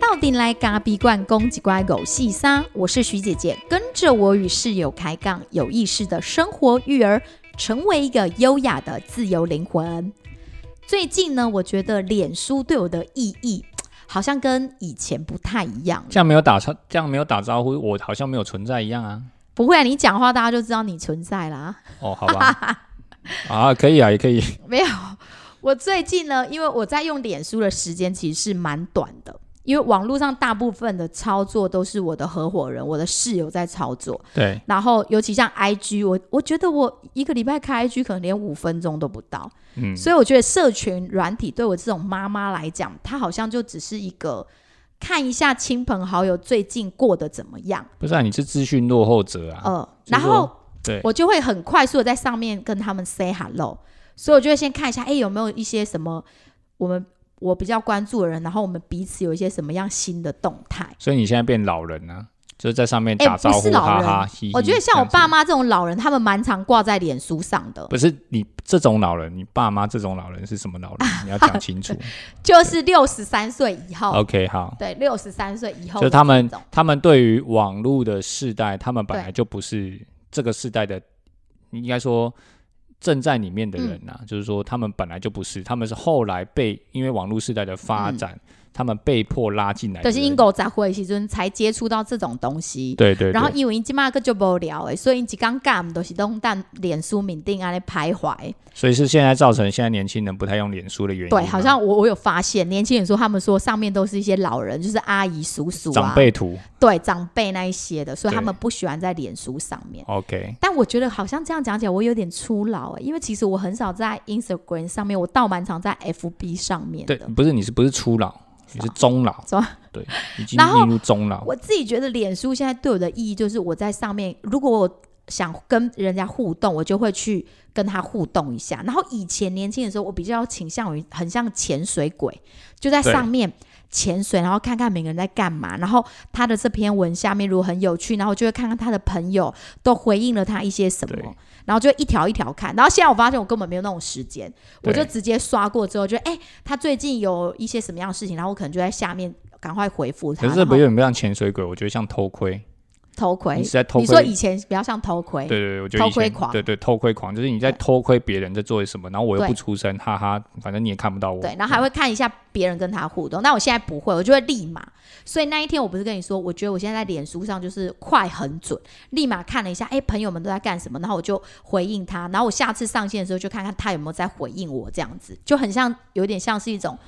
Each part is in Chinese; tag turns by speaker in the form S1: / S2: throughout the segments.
S1: 到底来咖比罐公鸡乖狗细沙，我是徐姐姐，跟着我与室友开杠，有意识的生活育儿，成为一个优雅的自由灵魂。最近呢，我觉得脸书对我的意义好像跟以前不太一样了。
S2: 这样没有打招，这样没有打招呼，我好像没有存在一样啊。
S1: 不会、啊，你讲话大家就知道你存在啦。
S2: 哦，好吧，啊，可以啊，也可以。
S1: 没有，我最近呢，因为我在用脸书的时间其实是蛮短的，因为网络上大部分的操作都是我的合伙人、我的室友在操作。
S2: 对，
S1: 然后尤其像 IG，我我觉得我一个礼拜开 IG 可能连五分钟都不到，
S2: 嗯，
S1: 所以我觉得社群软体对我这种妈妈来讲，它好像就只是一个看一下亲朋好友最近过得怎么样，
S2: 不是啊，你是资讯落后者啊。
S1: 呃，
S2: 就是
S1: 然后
S2: 对，
S1: 我就会很快速的在上面跟他们 say hello，所以我就会先看一下，哎，有没有一些什么我们我比较关注的人，然后我们彼此有一些什么样新的动态。
S2: 所以你现在变老人啊，就是在上面
S1: 哎
S2: 打招
S1: 不是
S2: 呼，
S1: 老
S2: 哈
S1: 人
S2: 哈，嘻嘻。
S1: 我觉得像我
S2: 这样
S1: 爸妈这种老人，他们蛮常挂在脸书上的
S2: 子，，不是你这种老人，你爸妈这种老人是什么老人？你要讲清 楚。
S1: 就是六十三岁以后，
S2: OK，好，
S1: 对，六十三岁以后的
S2: 就是他们
S1: 这种
S2: 他们对于网络的世代，他们本
S1: 对
S2: 来就不是这个世代的，应该说正在里面的人
S1: 嗯
S2: 呐、就是说他们本来就不是，他们是后来被因为网络世代的发展，他们被迫拉进来的
S1: 就嗯
S2: 人。
S1: 是英国杂货的时阵才接触到这种东西。
S2: 哎对对对，
S1: 然后因为即马个就无聊诶，所以一刚干都是拢当脸书面顶安尼徘徊。
S2: 所以是现在造成现在年轻人不太用脸书的原因啊吗。
S1: 对，好像我我有发现，年轻人说他们说上面都是一些老人，就是阿姨、叔叔啊，
S2: 长辈图。
S1: 对长辈那一些的，所以
S2: 对
S1: 他们不喜欢在脸书上面。
S2: OK，
S1: 但我觉得好像这样讲起来，我有点初老哎、因为其实我很少在 Instagram 上面，我倒蛮常在 FB 上面
S2: 对，
S1: 的。
S2: 不是你是不是初老，你是中老，
S1: 中
S2: 对，已经
S1: 然后
S2: 进入中老。
S1: 我自己觉得脸书现在对我的意义就是，我在上面如果我想跟人家互动，我就会去跟他互动一下。然后以前年轻的时候，我比较倾向于很像潜水鬼，就在上面潜水，然后看看每个人在干嘛。然后他的这篇文下面如果很有趣，然后就会看看他的朋友都回应了他一些什么
S2: 对，
S1: 然后就一条一条看。然后现在我发现我根本没有那种时间，我
S2: 对
S1: 就直接刷过之后就，哎，他最近有一些什么样的事情，然后我可能就在下面赶快回复他。
S2: 可是这
S1: 然后
S2: 不有点像潜水鬼，我觉得像偷窥，
S1: 偷窥
S2: 你是在偷
S1: 你说
S2: 窥
S1: 以前比较像偷窥，
S2: 对对对，我觉得
S1: 哎偷
S2: 以前
S1: 窥狂
S2: 对对偷窥狂，就是你在
S1: 对
S2: 偷窥别人在做什么，然后我又
S1: 对
S2: 不出声，哈哈，反正你也看不到我。
S1: 对然后还会看一下别人跟他互动。那我现在不会，我就会立马。所以那一天我不是跟你说，我觉得我现在在脸书上就是快很准，立马看了一下，哎，朋友们都在干什么，然后我就回应他。然后我下次上线的时候就看看他有没有在回应我，这样子就很像，有点像是一种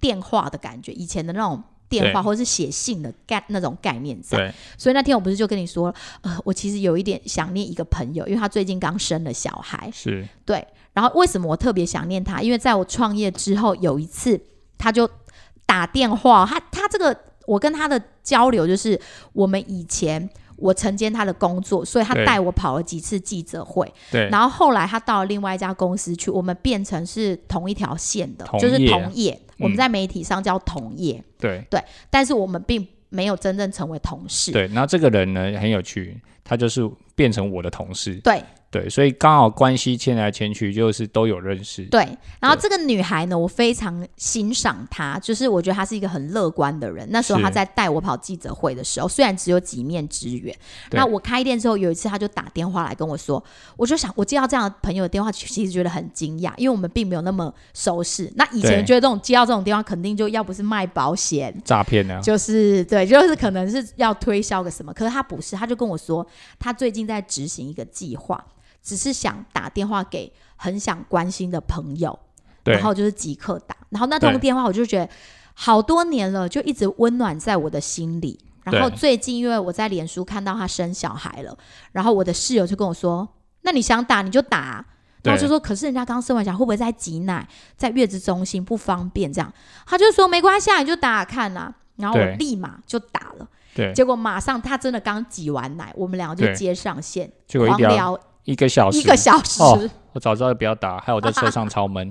S1: 电话的感觉，以前的那种。电话
S2: 对
S1: 或是写信的概那种概念在，
S2: 对
S1: 所以那天我不是就跟你说，呃，我其实有一点想念一个朋友，因为他最近刚生了小孩，
S2: 是，
S1: 对，然后为什么我特别想念他？因为在我创业之后，有一次他就打电话，他他这个我跟他的交流就是我们以前。我承接他的工作，所以他
S2: 对
S1: 带我跑了几次记者会，
S2: 对
S1: 然后后来他到了另外一家公司去，我们变成是同一条线的，
S2: 同
S1: 就是
S2: 业
S1: 同业，我们
S2: 嗯
S1: 在媒体上叫同业，
S2: 对
S1: 但是我们并没有真正成为同事。
S2: 对。然后这个人呢很有趣，他就是变成我的同事，
S1: 对
S2: 对，所以刚好关系牵来牵去，就是都有认识。
S1: 对，然后这个女孩呢，我非常欣赏她，就是我觉得她是一个很乐观的人。那时候
S2: 是
S1: 她在带我跑记者会的时候，虽然只有几面之缘，
S2: 对
S1: 那我开店之后有一次，她就打电话来跟我说，我就想我接到这样的朋友的电话，其实觉得很惊讶，因为我们并没有那么熟识。那以前
S2: 对
S1: 觉得这种接到这种电话，肯定就要不是卖保险，
S2: 诈骗啊呢？
S1: 就是对，就是可能是要推销个什么，可是他不是，他就跟我说，他最近在执行一个计划，只是想打电话给很想关心的朋友，
S2: 对
S1: 然后就是即刻打，然后那通
S2: 对
S1: 电话我就觉得好多年了，就一直温暖在我的心里。然后
S2: 对
S1: 最近因为我在脸书看到他生小孩了，然后我的室友就跟我说：“那你想打你就打啊、然后
S2: 对
S1: 就说：“可是人家刚生完小孩，会不会在挤奶，在月子中心不方便？”这样，他就说：“没关系，啊，你就打打看啊。”然后我
S2: 对
S1: 立马就打了，
S2: 对，
S1: 结果马上他真的刚挤完奶，我们两个就
S2: 对
S1: 接上线，
S2: 结果一
S1: 狂
S2: 聊
S1: 聊
S2: 一个小时，
S1: 一个小时。
S2: 哦我早知道就不要打，害我在车 上超闷。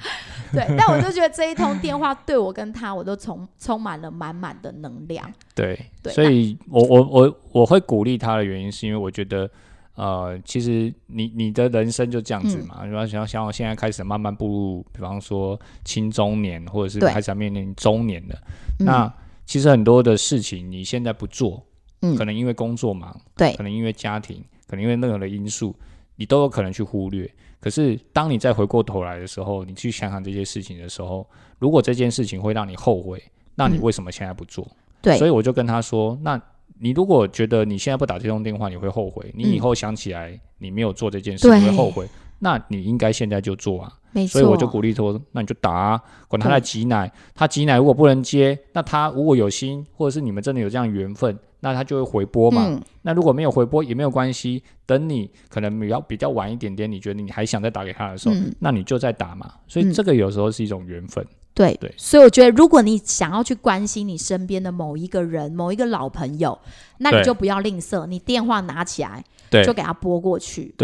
S1: 对，但我就觉得这一通电话对我跟他，我都充充满了满满的能量。
S2: 对，
S1: 对
S2: 所以我我我我会鼓励他的原因，是因为我觉得，呃，其实你你的人生就这样
S1: 嗯
S2: 子嘛，然后想要想要现在开始慢慢步入，比方说青中年，或者是
S1: 对
S2: 开始要面临中年的，
S1: 嗯
S2: 那其实很多的事情你现在不做，
S1: 嗯
S2: 可能因为工作忙，
S1: 对
S2: 可能因为家庭，可能因为任何的因素，你都有可能去忽略。可是当你再回过头来的时候，你去想想这些事情的时候，如果这件事情会让你后悔，那
S1: 嗯
S2: 你为什么现在不做？
S1: 对
S2: 所以我就跟他说，那你如果觉得你现在不打这通电话，你会后悔，你以后想起来你没有做这件事，
S1: 嗯对
S2: 你会后悔。那你应该现在就做啊，
S1: 没错，
S2: 所以我就鼓励他说，那你就打、啊，管他来挤奶，他挤奶如果不能接，那他如果有心，或者是你们真的有这样缘分，那他就会回拨嘛。
S1: 嗯，
S2: 那如果没有回拨也没有关系，等你可能比较比较晚一点点，你觉得你还想再打给他的时候，
S1: 嗯
S2: 那你就再打嘛。所以
S1: 嗯
S2: 这个有时候是一种缘分，
S1: 对
S2: 对
S1: 所以我觉得，如果你想要去关心你身边的某一个人、某一个老朋友，那你
S2: 对
S1: 就不要吝啬，你电话拿起来
S2: 对
S1: 就给他拨过去。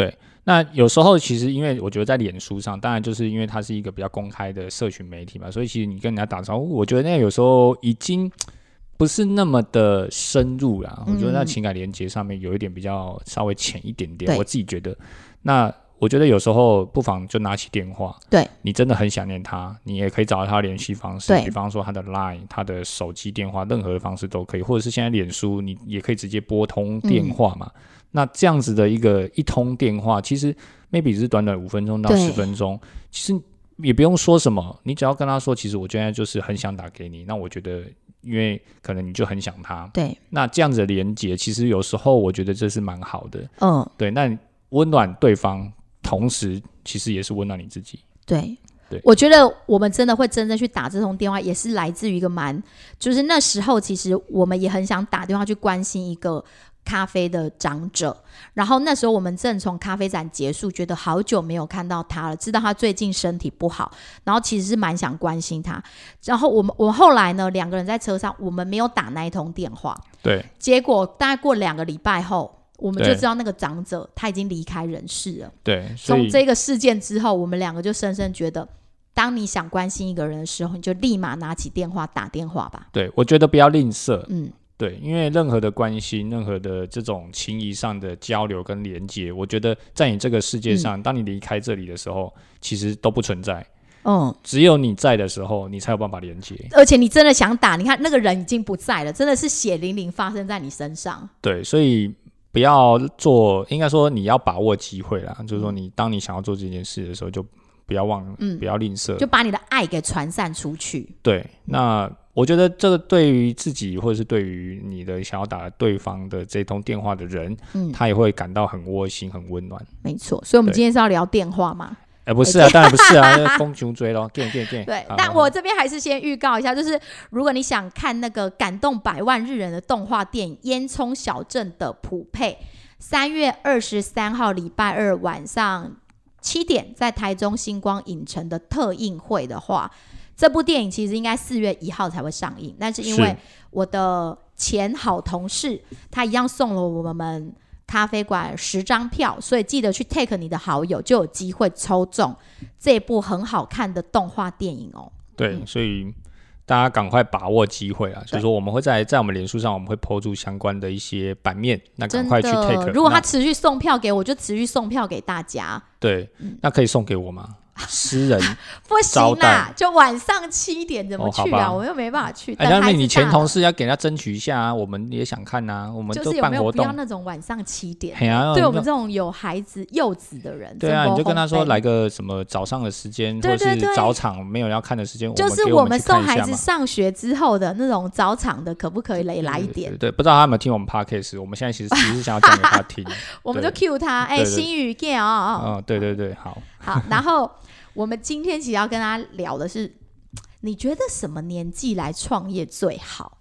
S2: 那有时候其实因为我觉得在脸书上，当然就是因为它是一个比较公开的社群媒体嘛，所以其实你跟人家打招呼，我觉得那有时候已经不是那么的深入啦。我觉得在
S1: 嗯
S2: 情感连接上面有一点比较稍微浅一点点，
S1: 对
S2: 我自己觉得。那我觉得有时候不妨就拿起电话，
S1: 对
S2: 你真的很想念他，你也可以找到他的联系方式，
S1: 对
S2: 比方说他的 Line、他的手机电话，任何的方式都可以，或者是现在脸书，你也可以直接拨通
S1: 嗯
S2: 电话嘛。那这样子的一个一通电话，其实 maybe 只是短短五分钟到
S1: 对
S2: 十分钟，其实也不用说什么，你只要跟他说，其实我现在就是很想打给你，那我觉得因为可能你就很想他，
S1: 对，
S2: 那这样子的连接，其实有时候我觉得这是蛮好的，
S1: 嗯，
S2: 对，那你温暖对方，同时其实也是温暖你自己，
S1: 对。
S2: 对
S1: 我觉得我们真的会真正去打这通电话，也是来自于一个蛮，就是那时候其实我们也很想打电话去关心一个咖啡的长者，然后那时候我们正从咖啡展结束，觉得好久没有看到他了，知道他最近身体不好，然后其实是蛮想关心他。然后我们我后来呢，两个人在车上，我们没有打那一通电话，
S2: 对
S1: 结果大概过两个礼拜后，我们就
S2: 对
S1: 知道那个长者他已经离开人世了。
S2: 对，所
S1: 从
S2: 以
S1: 这个事件之后，我们两个就深深觉得，当你想关心一个人的时候，你就立马拿起电话打电话吧。
S2: 对我觉得不要吝啬，
S1: 嗯，
S2: 对，因为任何的关心，任何的这种情谊上的交流跟连接，我觉得在你这个世界上，当你离开这里的时候，其实都不存在。
S1: 嗯，
S2: 只有你在的时候，你才有办法连接。
S1: 而且你真的想打，你看那个人已经不在了，真的是血淋淋发生在你身上。
S2: 对，所以不要做，应该说你要把握机会啦。就是说你，当你想要做这件事的时候，就不要忘了，
S1: 嗯
S2: 不要吝啬，
S1: 就把你的爱给传散出去。
S2: 对，那我觉得这个对于自己或者是对于你的想要打对方的这通电话的人，
S1: 嗯
S2: 他也会感到很窝心、很温暖。
S1: 没错，所以我们
S2: 对
S1: 今天是要聊电话嘛？
S2: 哎、不是啊，当然不是 啊，那公穷追咯，见见见。
S1: 对
S2: 好，
S1: 但
S2: 好
S1: 我这边还是先预告一下，就是如果你想看那个感动百万日人的动画电影《烟囱小镇的普配》，三月二十三号礼拜二晚上七点，在台中星光影城的特映会的话，这部电影其实应该四月一号才会上映，但是因为
S2: 是
S1: 我的前好同事，他一样送了我们咖啡馆十张票，所以记得去 take 你的好友，就有机会抽中这部很好看的动画电影哦。
S2: 对，所以大家赶快把握机会啊！就是说，我们会在在我们脸书上，我们会抛出相关的一些版面，那赶
S1: 真
S2: 快去 take
S1: 的，
S2: 那。
S1: 如果他持续送票给我，就持续送票给大家。
S2: 对，
S1: 嗯
S2: 那可以送给我 吗？私人，
S1: 不行
S2: 招
S1: 啦
S2: 待，
S1: 就晚上七点怎么
S2: 哦好
S1: 去啊？
S2: 吧
S1: 我又没办法去。
S2: 哎，
S1: 等
S2: 那
S1: 孩子
S2: 你前
S1: 大
S2: 同
S1: 了
S2: 事要给人家争取一下啊，我们也想看呐、啊，我们
S1: 就
S2: 都
S1: 是有
S2: 办
S1: 没有
S2: 活
S1: 不要
S2: 动。
S1: 那种晚上七点？
S2: 嘿啊
S1: 对我
S2: 那
S1: 们这种有孩子幼子的人，
S2: 对啊，
S1: 真不
S2: 你就跟他说
S1: 烘焙
S2: 来，个什么早上的时间，
S1: 对
S2: 或者
S1: 对对
S2: 是早场没有人要看的时间，
S1: 就是
S2: 我
S1: 我
S2: 们
S1: 们
S2: 给
S1: 送
S2: 我们
S1: 孩
S2: 去看一下
S1: 子
S2: 嘛
S1: 上学之后的那种早场的，可不可以来来一点
S2: 对？对，不知道他有没有听我们 podcast？我们现在其实只是想要讲给他 听。
S1: 我们就
S2: 对
S1: cue 他，哎，
S2: 对对
S1: 心语 get 哦，
S2: 嗯，对对对，好。
S1: 好，然后我们今天其实要跟大家聊的是，你觉得什么年纪来创业最好？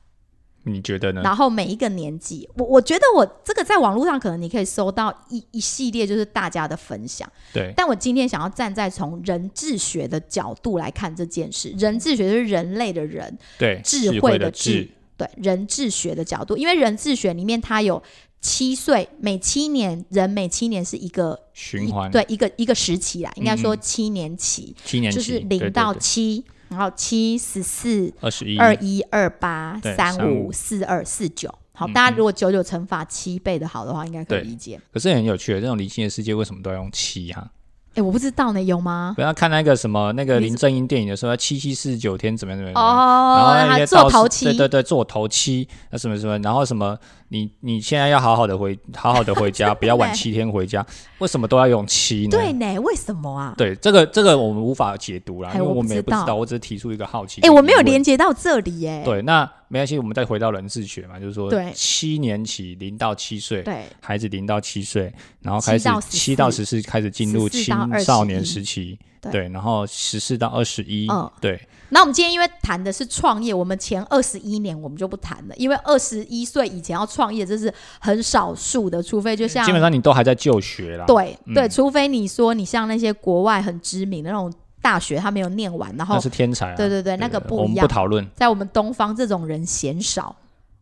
S2: 你觉得呢？
S1: 然后每一个年纪，我我觉得我这个在网络上可能你可以搜到一一系列就是大家的分享，
S2: 对
S1: 但我今天想要站在从人智学的角度来看这件事，人智学就是人类的人，
S2: 对，
S1: 智慧
S2: 慧
S1: 的智
S2: 智，
S1: 对人智学的角度，因为人智学里面它有七岁，每七年人每七年是一个
S2: 循环
S1: 一对一个一个时期啦，应该说
S2: 嗯
S1: 七年期，
S2: 七年
S1: 就是
S2: 期对对
S1: 零到
S2: 对
S1: 七，然后七十四、
S2: 二十一
S1: 二一、二八、
S2: 对
S1: 三五、
S2: 35
S1: 四二、四九，好，
S2: 嗯
S1: 大家如果九九乘法七倍的好的话，应该可以
S2: 对
S1: 理解。
S2: 可是很有趣的，这种理性的世界为什么都要用七啊？
S1: 哎、我不知道呢，有吗？
S2: 不要看那个什么那个
S1: 你
S2: 林正英电影的时候，七七四十九天怎么样怎么样怎么样。
S1: 哦，
S2: 然后那
S1: 他
S2: 些
S1: 做
S2: 道士
S1: 头七，
S2: 对对对，做头七，那什么什么，然后什么，你你现在要好好的回，好好的 回家，不要晚七天回家，为什么都要用七呢？
S1: 对呢？为什么啊？
S2: 对这个这个我们无法解读啦，
S1: 哎
S2: 因为
S1: 我不
S2: 我们也
S1: 知
S2: 不知
S1: 道
S2: 道，我只是提出一个好奇。
S1: 哎、我没有
S2: 连。
S1: 连接到这里耶、
S2: 对，那没关系，我们再回到人智学嘛，就是说，
S1: 哎对
S2: 七年起零到七岁，
S1: 对
S2: 孩子零到七岁，然后
S1: 7
S2: 开始
S1: 到14
S2: 七到十四开始进入
S1: 14
S2: 青
S1: 到21
S2: 少年时期，
S1: 对
S2: 对，然后十四到二十一
S1: 嗯，
S2: 对，
S1: 那我们今天因为谈的是创业，我们前二十一年我们就不谈了，因为二十一岁以前要创业这是很少数的，除非就像
S2: 基本上你都还在就学啦，，
S1: 对、
S2: 嗯
S1: 对，除非你说你像那些国外很知名的那种大学，他没有念完，然后
S2: 那是天才啊，
S1: 对对对，那个
S2: 我
S1: 不一
S2: 们不
S1: 样，
S2: 讨论，
S1: 在我们东方这种人嫌少，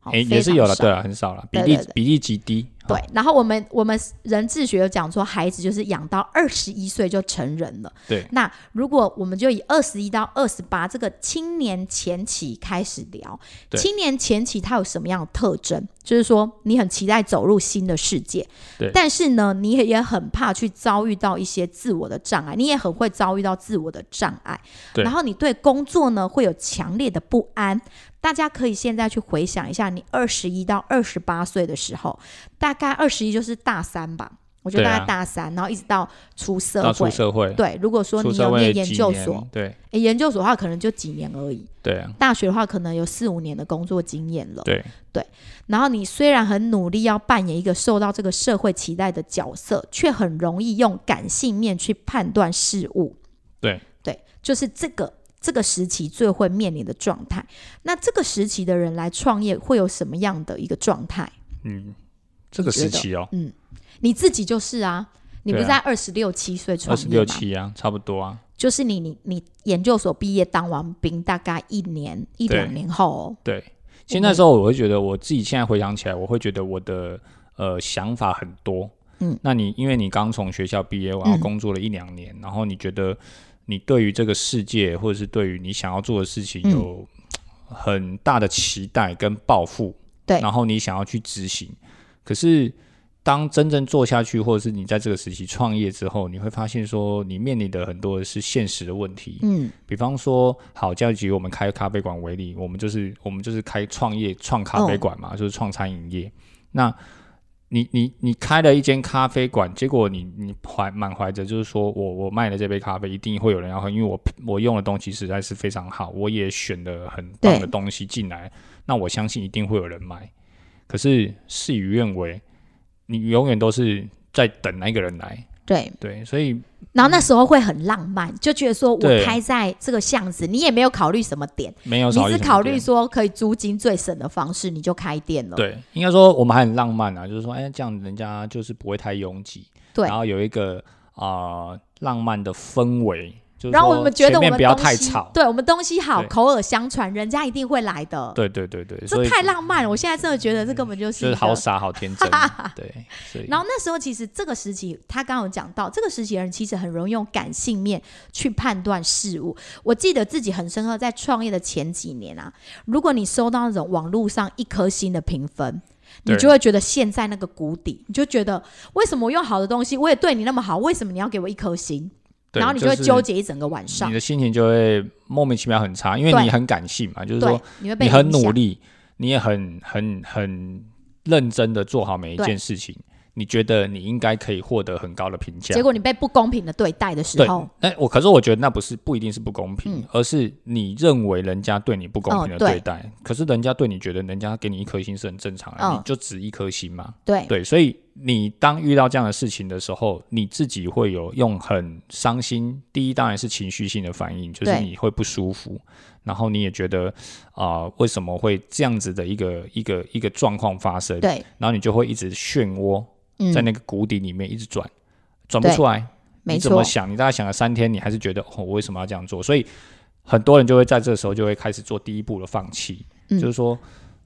S1: 好
S2: 诶，也是有了，。
S1: 哦非常
S2: 对
S1: 少
S2: 啊了，很少了，比
S1: 对
S2: 例
S1: 对对
S2: 比例极低，
S1: 对
S2: 好，
S1: 然后我们我们人智学有讲说，孩子就是养到二十一岁就成人了。
S2: 对，
S1: 那如果我们就以二十一到二十八这个青年前期开始聊，
S2: 对
S1: 青年前期它有什么样的特征？就是说，你很期待走入新的世界
S2: 对，
S1: 但是呢，你也很怕去遭遇到一些自我的障碍，你也很会遭遇到自我的障碍。
S2: 对
S1: 然后你对工作呢会有强烈的不安。大家可以现在去回想一下，你二十一到二十八岁的时候，大概二十一就是大三吧，我觉得
S2: 对啊
S1: 大概大三，然后一直到出社
S2: 到
S1: 会
S2: 出。社会，
S1: 对，如果说
S2: 出
S1: 你
S2: 社
S1: 有
S2: 会
S1: 念
S2: 几
S1: 研究
S2: 年
S1: 所，，
S2: 对
S1: 诶研究所的话可能就几年而已，
S2: 对啊，
S1: 大学的话可能有四五年的工作经验了。
S2: 对
S1: 然后你虽然很努力要扮演一个受到这个社会期待的角色，却很容易用感性面去判断事物。
S2: 对
S1: 对，就是这个这个时期最会面临的状态。那这个时期的人来创业会有什么样的一个状态？
S2: 嗯，这个
S1: 你觉得
S2: 时期哦，
S1: 你自己就是啊，你不
S2: 对啊
S1: 是在二十六七岁创
S2: 二
S1: 业
S2: 十
S1: 吗？
S2: 六七啊，差不多啊，
S1: 就是你你你研究所毕业当完兵，大概一年一
S2: 对
S1: 两年后、哦，
S2: 对，其实那时候我会觉得，我自己现在回想起来，我会觉得我的呃想法很多。
S1: 嗯，
S2: 那你因为你刚从学校毕业，然后
S1: 嗯
S2: 工作了一两年，然后你觉得你对于这个世界，或者是对于你想要做的事情
S1: 嗯
S2: 有很大的期待跟抱负，
S1: 对
S2: 然后你想要去执行，可是。当真正做下去，或者是你在这个时期创业之后，你会发现说，你面临的很多的是现实的问题。
S1: 嗯，
S2: 比方说，好，就以我们开咖啡馆为例，我们就是我们就是开创业创咖啡馆
S1: 哦
S2: 嘛，就是创餐饮业。那你你你开了一间咖啡馆，结果你你怀满怀着就是说我我卖的这杯咖啡一定会有人要喝，因为我我用的东西实在是非常好，我也选了很棒
S1: 对
S2: 的东西进来，那我相信一定会有人买。可是事与愿违，你永远都是在等那个人来，
S1: 对。
S2: 对，所以
S1: 然后那时候会很浪漫，就觉得说
S2: 对
S1: 我开在这个巷子，你也没有考虑什么点，
S2: 没有
S1: 你
S2: 少一
S1: 只
S2: 什么
S1: 考
S2: 店
S1: 虑说可以租金最省的方式，你就开店了。
S2: 对，应该说我们还很浪漫啊，就是说，哎，这样人家就是不会太拥挤，
S1: 对
S2: 然后有一个啊、呃浪漫的氛围，就是
S1: 然后我
S2: 说
S1: 们觉
S2: 前
S1: 得我
S2: 面
S1: 们
S2: 不要
S1: 东
S2: 太
S1: 西
S2: 吵，
S1: 对我们东西好，
S2: 对
S1: 口耳相传，人家一定会来的。
S2: 对对对对，所
S1: 这
S2: 以
S1: 太浪漫了，我现在真的觉得这根本就
S2: 就是
S1: 一
S2: 是
S1: 个
S2: 好傻好天真，对，所以
S1: 然后那时候其实这个时期，他刚刚有讲到，这个时期的人其实很容易用感性面去判断事物。我记得自己很深刻，在创业的前几年啊，如果你收到那种网络上一颗星的评分。你
S2: 对
S1: 就会觉得陷在那个谷底，你就觉得为什么我用好的东西，我也对你那么好，为什么你要给我一颗星？
S2: 对
S1: 然后你就会纠
S2: 是
S1: 结一整个晚上
S2: 你，的心情就会莫名其妙很差，因为你
S1: 对
S2: 很感性嘛，就是
S1: 对
S2: 说，
S1: 你会被
S2: 你很
S1: 影响
S2: 努力，你也很很很认真的做好每一
S1: 对
S2: 件事情，你觉得你应该可以获得很高的评价
S1: 结，果你被不公平的对待的时候，
S2: 那我可是我觉得那不是不一定是不公平，
S1: 嗯
S2: 而是你认为人家对你不公平的
S1: 哦对
S2: 对待，可是人家对你觉得人家给你一颗星是很正常的，
S1: 嗯
S2: 你就只一颗星嘛。
S1: 对
S2: 对，所以你当遇到这样的事情的时候，你自己会有用很伤心，第一当然是情绪性的反应，就是
S1: 对
S2: 你会不舒服，然后你也觉得啊、为什么会这样子的一个一个一个状况发生，
S1: 对，
S2: 然后你就会一直漩涡
S1: 嗯
S2: 在，那个谷底里面一直转，转不
S1: 对
S2: 出来。
S1: 没
S2: 你怎么
S1: 错，
S2: 想？你大概想了三天，你还是觉得哦，我为什么要这样做？所以很多人就会在这时候就会开始做第一步的放弃，
S1: 嗯
S2: 就是说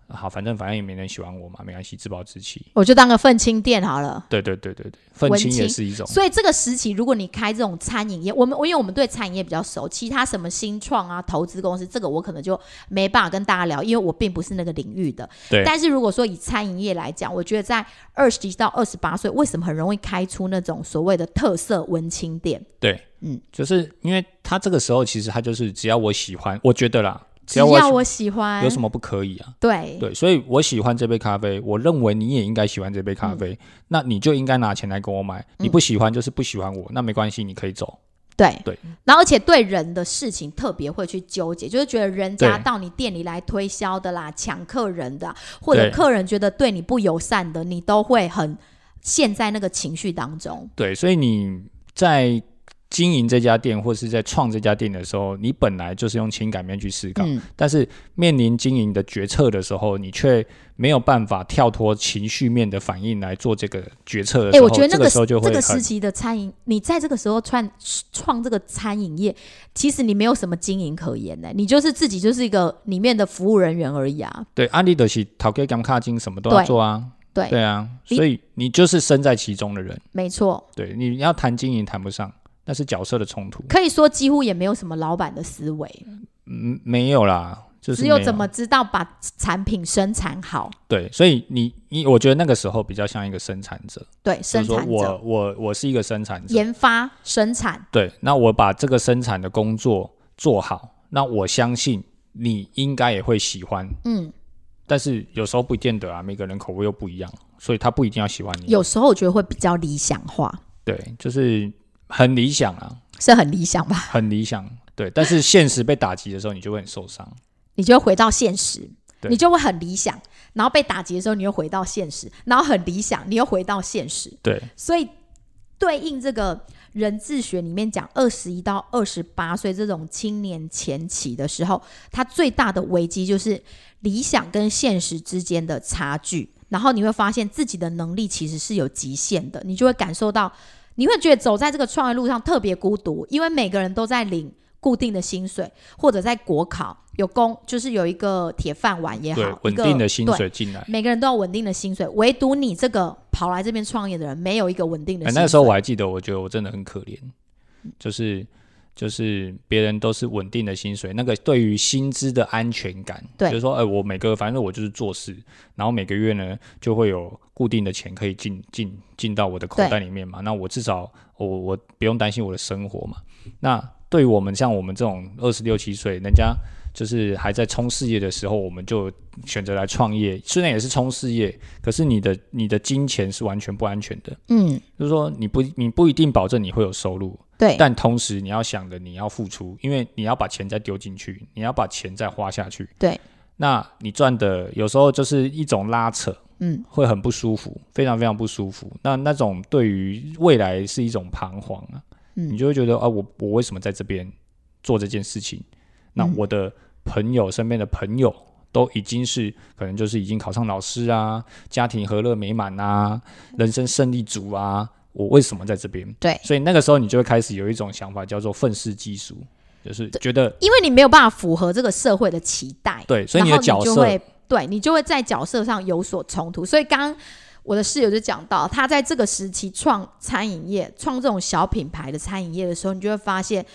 S2: 好，反正反正也没人喜欢我嘛，没关系，自暴自弃。
S1: 我就当个愤青店好了。
S2: 对对对对对，愤
S1: 文
S2: 青也
S1: 青
S2: 是一种。
S1: 所以这个时期，如果你开这种餐饮业，我们因为我们对餐饮业比较熟，其他什么新创啊、投资公司，这个我可能就没办法跟大家聊，因为我并不是那个领域的。
S2: 对
S1: 但是如果说以餐饮业来讲，我觉得在二十到二十八岁，为什么很容易开出那种所谓的特色文青店？
S2: 对，
S1: 嗯，
S2: 就是因为他这个时候其实他就是只要我喜欢，我觉得啦，
S1: 只
S2: 要我
S1: 要
S2: 喜
S1: 我喜欢，
S2: 有什么不可以啊？
S1: 对
S2: 对，所以我喜欢这杯咖啡，我认为你也应该喜欢这杯
S1: 嗯
S2: 咖啡，那你就应该拿钱来跟我买。你不喜欢就是不喜欢我，那没关系，你可以走。
S1: 对
S2: 对，
S1: 然后而且对人的事情特别会去纠结，就是觉得人家
S2: 对
S1: 到你店里来推销的啦，抢客人的啊，或者
S2: 对
S1: 客人觉得对你不友善的，你都会很陷在那个情绪当中。
S2: 对，所以你在经营这家店或是在创这家店的时候，你本来就是用情感面去思考，
S1: 嗯，
S2: 但是面临经营的决策的时候，你却没有办法跳脱情绪面的反应来做这个决策的时
S1: 哎，
S2: 候，
S1: 我觉得那
S2: 这
S1: 个
S2: 个时候就
S1: 这
S2: 会很
S1: 个时期的餐饮，你在这个时候创创这个餐饮业，其实你没有什么经营可言呢、你就是自己就是一个里面的服务人员而已啊。
S2: 对，安利德西、陶给甘卡金什么都要
S1: 对
S2: 做啊，
S1: 对，
S2: 对啊，
S1: 你
S2: 所以你就是身在其中的人。
S1: 没错，
S2: 对，你要谈经营谈不上，那是角色的冲突。
S1: 可以说几乎也没有什么老板的思维，
S2: 嗯，没有啦，就是
S1: 只有
S2: 没
S1: 怎么知道把产品生产好。
S2: 对，所以你你，我觉得那个时候比较像一个生产者，
S1: 对，生
S2: 就是
S1: 产
S2: 说
S1: 者
S2: 我我我是一个生产者，
S1: 研发生产，
S2: 对，那我把这个生产的工作做好，那我相信你应该也会喜欢，
S1: 嗯，
S2: 但是有时候不见得啊，每个人口味又不一样，所以他不一定要喜欢你。
S1: 有时候我觉得会比较理想化，
S2: 对，就是很理想啊，
S1: 是很理想吧？
S2: 很理想。对，但是现实被打击的时候，你就会很受伤。
S1: 你就会回到现实，
S2: 对
S1: 你就会很理想，然后被打击的时候，你又回到现实，然后很理想，你又回到现实，
S2: 对，
S1: 所以对应这个人智学里面讲，二十一到二十八岁这种青年前期的时候，他最大的危机就是理想跟现实之间的差距。然后你会发现自己的能力其实是有极限的，你就会感受到，你会觉得走在这个创业路上特别孤独，因为每个人都在领固定的薪水，或者在国考有工，就是有一个铁饭碗也好
S2: 对，，
S1: 一
S2: 稳
S1: 个
S2: 定的薪
S1: 对
S2: 水进来。
S1: 每个人都有稳定的薪水，唯独你这个跑来这边创业的人，没有一个稳定的
S2: 哎、
S1: 薪水。
S2: 那时候我还记得，我觉得我真的很可怜，就是就是别人都是稳定的薪水，那个对于薪资的安全感，
S1: 对
S2: 就是说，哎、我每个反正我就是做事，然后每个月呢就会有固定的钱可以进进进到我的口
S1: 对
S2: 袋里面嘛，那我至少我我不用担心我的生活嘛。那对于我们像我们这种二十六七岁，人家。就是还在冲事业的时候，我们就选择来创业。虽然也是冲事业，可是你的你的金钱是完全不安全的。
S1: 嗯，
S2: 就是说你不你不一定保证你会有收入，
S1: 对，
S2: 但同时你要想的你要付出，因为你要把钱再丢进去，你要把钱再花下去。
S1: 对，
S2: 那你赚的有时候就是一种拉扯，
S1: 嗯，
S2: 会很不舒服，非常非常不舒服。那那种对于未来是一种彷徨啊，
S1: 嗯
S2: 你就会觉得啊，我我为什么在这边做这件事情？那
S1: 嗯
S2: 我的朋友、身边的朋友都已经是可能就是已经考上老师啊，家庭和乐美满啊，人生胜利组啊，我为什么在这边？
S1: 对
S2: 所以那个时候你就会开始有一种想法，叫做愤世嫉俗，就是觉得
S1: 因为你没有办法符合这个社会的期待，
S2: 对，所以你
S1: 然
S2: 的
S1: 后
S2: 角
S1: 就
S2: 色
S1: 会对你就会在角色上有所冲突。所以刚刚我的室友就讲到，他在这个时期创餐饮业、创这种小品牌的餐饮业的时候，你就会发现。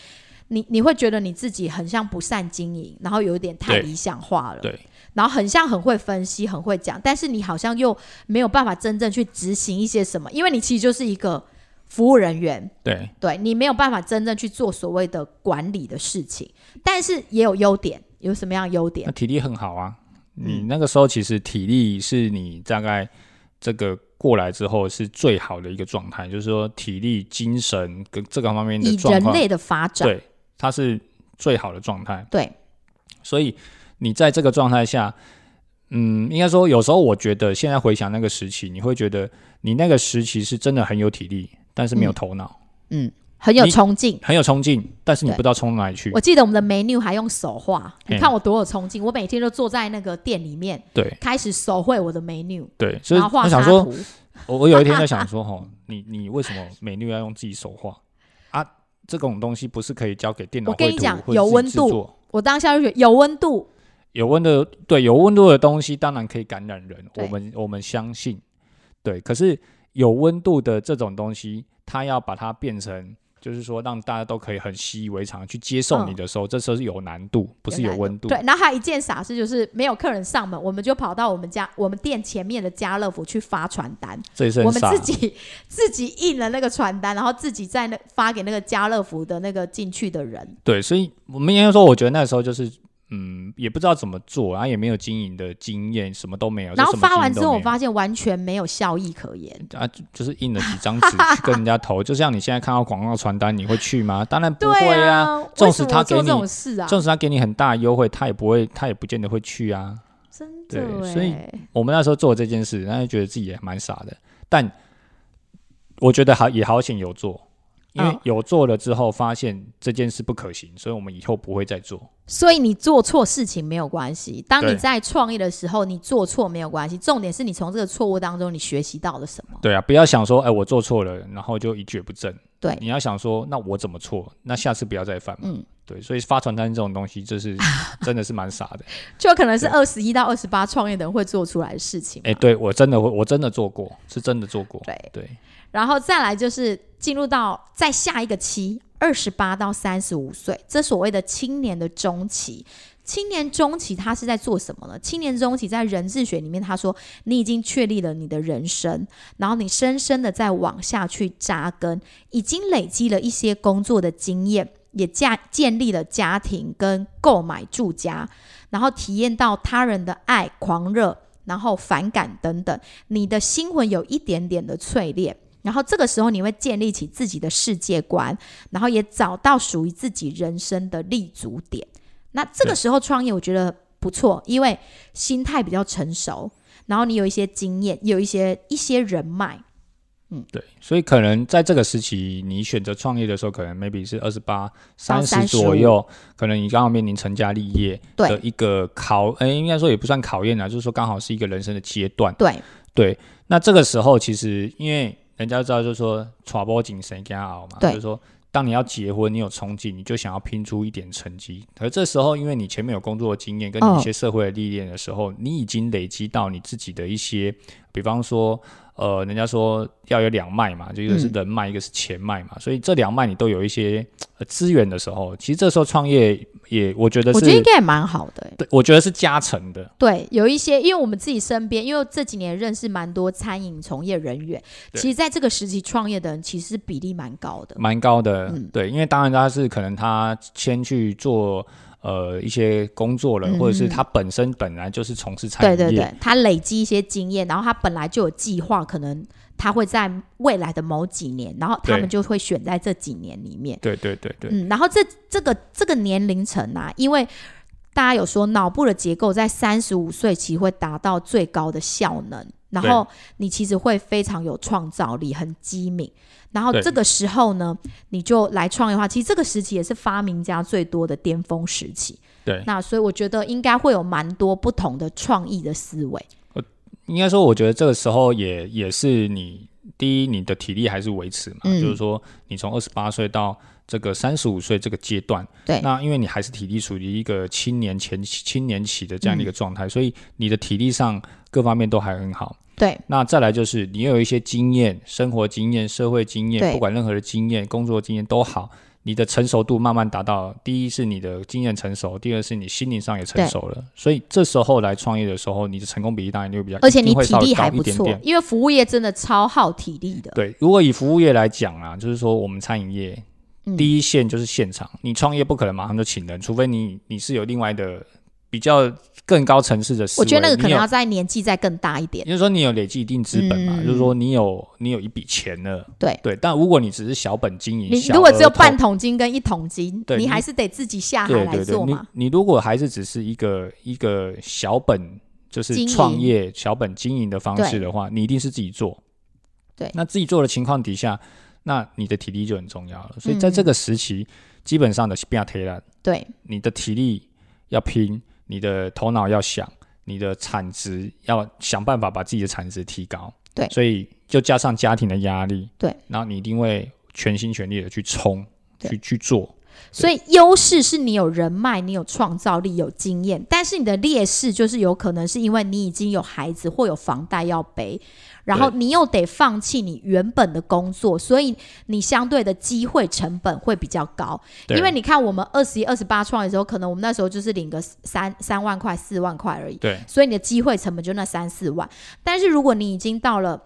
S1: 你你会觉得你自己很像不善经营，然后有一点太
S2: 对
S1: 理想化了，
S2: 对
S1: 然后很像很会分析、很会讲，但是你好像又没有办法真正去执行一些什么，因为你其实就是一个服务人员，
S2: 对
S1: 对你没有办法真正去做所谓的管理的事情。但是也有优点，有什么样的优
S2: 那
S1: 点？嗯
S2: 体力很好啊。你那个时候其实体力是你大概这个过来之后是最好的一个状态，就是说体力、精神跟这个方面的
S1: 以
S2: 状
S1: 人
S2: 况，
S1: 类的发展，
S2: 对，它是最好的状态。
S1: 对
S2: 所以你在这个状态下，嗯，应该说有时候我觉得现在回想那个时期，你会觉得你那个时期是真的很有体力，但是没有
S1: 嗯
S2: 头脑，
S1: 很有
S2: 你
S1: 冲劲。
S2: 很有冲劲，但是你
S1: 对
S2: 不知道冲到哪里去
S1: 我。记得我们的 menu 还用手画，
S2: 嗯
S1: 你看我多有冲劲！我每天都坐在那个店里面，
S2: 对
S1: 开始手绘我的 menu，
S2: 对，所以
S1: 然后画
S2: 我
S1: 插
S2: 想说，
S1: 图。
S2: 我我有一天在想说， 吼，你你为什么美女要用自己手画啊？这种东西不是可以交给电脑
S1: 我跟
S2: 绘
S1: 你
S2: 图
S1: 讲
S2: 或者
S1: 有
S2: 自己
S1: 温
S2: 制
S1: 度
S2: 作
S1: 我当下就觉得有温度，
S2: 有温度，对，有温度的东西当然可以感染人，
S1: 对
S2: 我们我们相信，对。可是有温度的这种东西，它要把它变成，就是说让大家都可以很习以为常去接受你
S1: 嗯
S2: 的时候，这时候是有难度，不是
S1: 原
S2: 有
S1: 来
S2: 温度。
S1: 对，然后还有一件傻事就是没有客人上门，我们就跑到我们家我们店前面的家乐福去发传单，
S2: 这也是
S1: 我
S2: 很
S1: 们
S2: 傻
S1: 自。己 自己印了那个传单，然后自己在那发给那个家乐福的那个进去的人。
S2: 对，所以我们应该说，我觉得那时候就是。嗯，也不知道怎么做，然后也没有经营的经验，什么都没有。
S1: 然后
S2: 就什么
S1: 发完
S2: 经
S1: 之
S2: 验都
S1: 后，
S2: 没
S1: 我
S2: 有
S1: 发现完全没有效益可言。
S2: 啊，就就是印了几张纸去跟人家投，就像你现在看到广告传单，你会去吗？当然不会
S1: 对
S2: 啊。
S1: 啊，
S2: 纵
S1: 为
S2: 使
S1: 什么
S2: 他
S1: 我做这
S2: 给你
S1: 种事啊，
S2: 纵使他给你很大的优惠，他也不会，他也不见得会去啊。
S1: 真的
S2: 对
S1: 欸
S2: 所以我们那时候做这件事，然后觉得自己也蛮傻的，但我觉得好也好险有做，因为
S1: 嗯
S2: 有做了之后发现这件事不可行，所以我们以后不会再做。
S1: 所以你做错事情没有关系，当你
S2: 对
S1: 在创业的时候，你做错没有关系，重点是你从这个错误当中你学习到了什么。
S2: 对啊，不要想说，哎、我做错了，然后就一蹶不振。
S1: 对
S2: 你要想说，那我怎么错？那下次不要再犯嘛。
S1: 嗯
S2: 对，所以发传单这种东西，就是真的是蛮傻的。
S1: 就可能是
S2: 对
S1: 二十一到二十八创业的人会做出来的事情嘛。
S2: 哎、对我真的会，我真的做过，是真的做过。
S1: 对，
S2: 对，
S1: 然后再来就是进入到再下一个期，二十八到三十五岁，这所谓的青年的中期。青年中期他是在做什么呢？青年中期在人智学里面，他说你已经确立了你的人生，然后你深深的在往下去扎根，已经累积了一些工作的经验，也建建立了家庭跟购买住家，然后体验到他人的爱、狂热，然后反感等等，你的心魂有一点点的淬炼。然后这个时候你会建立起自己的世界观，然后也找到属于自己人生的立足点。那这个时候创业，我觉得不错，因为心态比较成熟，然后你有一些经验，有一些一些人脉，
S2: 对，所以可能在这个时期，你选择创业的时候，可能 maybe 是二十八、三十
S1: 35
S2: 左右，可能你刚好面临成家立业
S1: 对
S2: 的一个考，哎、应该说也不算考验啦，就是说刚好是一个人生的阶段。
S1: 对
S2: 对，那这个时候其实因为人家知道，就是说“传播精神跟熬”嘛，
S1: 对
S2: 就是说当你要结婚，你有冲劲，你就想要拼出一点成绩。而这时候，因为你前面有工作的经验，跟
S1: 嗯
S2: 你一些社会的历练的时候，你已经累积到你自己的一些，比方说，呃，人家说要有两脉嘛，就一个是
S1: 嗯
S2: 人脉，一个是钱脉嘛，所以这两脉你都有一些呃资源的时候，其实这时候创业也，我觉得
S1: 我
S2: 是，
S1: 觉得应该也蛮好的欸、
S2: 对我觉得是加成的。
S1: 对，有一些，因为我们自己身边，因为这几年认识蛮多餐饮从业人员，
S2: 对
S1: 其实在这个时期创业的人，其实比例蛮高的。
S2: 蛮高的，
S1: 嗯
S2: 对，因为当然他是可能他先去做呃一些工作了，
S1: 嗯
S2: 或者是他本身本来就是从事餐饮
S1: 对
S2: 业，
S1: 对对，他累积一些经验，然后他本来就有计划，可能他会在未来的某几年，然后他
S2: 对
S1: 们就会选在这几年里面。
S2: 对对对对
S1: 嗯，然后这这个这个年龄层啊，因为大家有说脑部的结构在三十五岁其实会达到最高的效能，然后你其实会非常有创造力，很机敏。然后
S2: 对
S1: 这个时候呢，你就来创业的话，其实这个时期也是发明家最多的巅峰时期。
S2: 对，
S1: 那所以我觉得应该会有蛮多不同的创意的思维。
S2: 应该说我觉得这个时候也也是你第一你的体力还是维持嘛，
S1: 嗯
S2: 就是说你从二十八岁到这个三十五岁这个阶段，
S1: 对
S2: 那因为你还是体力处于一个青年前期青年期的这样的一
S1: 嗯
S2: 个状态，所以你的体力上各方面都还很好。
S1: 对
S2: 那再来就是你有一些经验，生活经验、社会经
S1: 对
S2: 验，不管任何的经验、工作经验都好，你的成熟度慢慢达到。第一是你的经验成熟，第二是你心灵上也成熟了。所以这时候来创业的时候，你的成功比例当然就会比较，
S1: 而且你
S2: 一定会
S1: 体
S2: 稍微
S1: 力
S2: 高
S1: 还
S2: 一
S1: 不
S2: 点
S1: 错，
S2: 点。
S1: 因为服务业真的超耗体力的。
S2: 对，如果以服务业来讲啊，就是说我们餐饮业、
S1: 嗯
S2: 第一线就是现场，你创业不可能马上就请人，除非你你是有另外的比较更高层次的思维。
S1: 我觉得那个可
S2: 你
S1: 能
S2: 有
S1: 要在年纪再更大一点。
S2: 也就是说你有累积一定资本嘛，
S1: 嗯
S2: 就是说你有你有一笔钱了，
S1: 对
S2: 对。但如果你只是小本经营，
S1: 你
S2: 小
S1: 如果只有
S2: 额头
S1: 半桶金跟一桶金，
S2: 对
S1: 你
S2: 你
S1: 还是得自己下海
S2: 对
S1: 来
S2: 对对，
S1: 做
S2: 你
S1: 嘛。
S2: 你如果还是只是一个一个小本就是
S1: 经营
S2: 创业小本经营的方式的话，你一定是自己做。
S1: 对
S2: 那自己做的情况底下，那你的体力就很重要了。所以
S1: 嗯
S2: 在这个时期，基本上的变贴了，
S1: 对
S2: 你的体力要拼，你的头脑要想，你的产值要想办法把自己的产值提高。
S1: 对
S2: 所以就加上家庭的压力，
S1: 对，
S2: 然后你一定会全心全力的去冲，
S1: 对
S2: 去去做。
S1: 所以优势是你有人脉，你有创造力，有经验，但是你的劣势就是有可能是因为你已经有孩子或有房贷要背，然后你又得放弃你原本的工作，所以你相对的机会成本会比较高。
S2: 对
S1: 因为你看我们二十一、二十八创业的时候，可能我们那时候就是领个三三万块、四万块而已，
S2: 对
S1: 所以你的机会成本就那三四万。但是如果你已经到了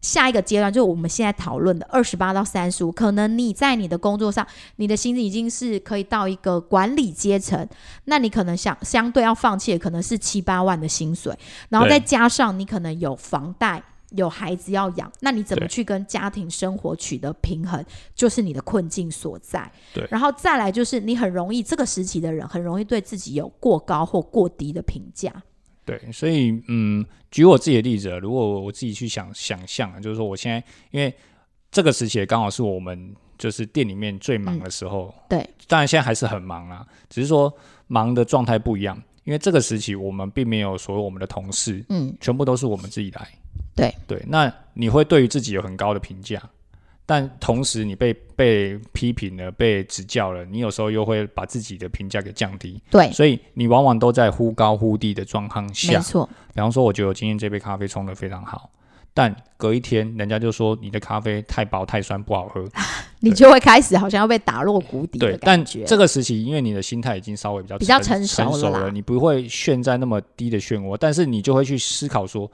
S1: 下一个阶段，就我们现在讨论的二十八到三十五，可能你在你的工作上，你的薪资已经是可以到一个管理阶层，那你可能想相对要放弃的可能是七八万的薪水，然后
S2: 对
S1: 再加上你可能有房贷。有孩子要养，那你怎么
S2: 对
S1: 去跟家庭生活取得平衡，就是你的困境所在。
S2: 对
S1: 然后再来就是你很容易这个时期的人很容易对自己有过高或过低的评价。
S2: 对，所以嗯，举我自己的例子啊，如果我我自己去想想象啊，就是说我现在因为这个时期也刚好是我们就是店里面最忙的时候，
S1: 嗯对，
S2: 当然现在还是很忙啦，只是说忙的状态不一样，因为这个时期我们并没有所有我们的同事，
S1: 嗯，
S2: 全部都是我们自己来。
S1: 对
S2: 对，那你会对于自己有很高的评价，但同时你被被批评了、被指教了，你有时候又会把自己的评价给降低，
S1: 对，
S2: 所以你往往都在忽高忽低的状况
S1: 哎没
S2: 下。
S1: 错，
S2: 比方说，我觉得我今天这杯咖啡冲的非常好，但隔一天人家就说你的咖啡太薄、太酸，不好 喝。
S1: 你就会开始好像要被打落谷底的
S2: 对，
S1: 感
S2: 但
S1: 觉。
S2: 这个时期，因为你的心态已经稍微比较
S1: 比较
S2: 成
S1: 成熟
S2: 熟
S1: 了啦
S2: 你不会陷在那么低的漩涡，但是你就会去思考说，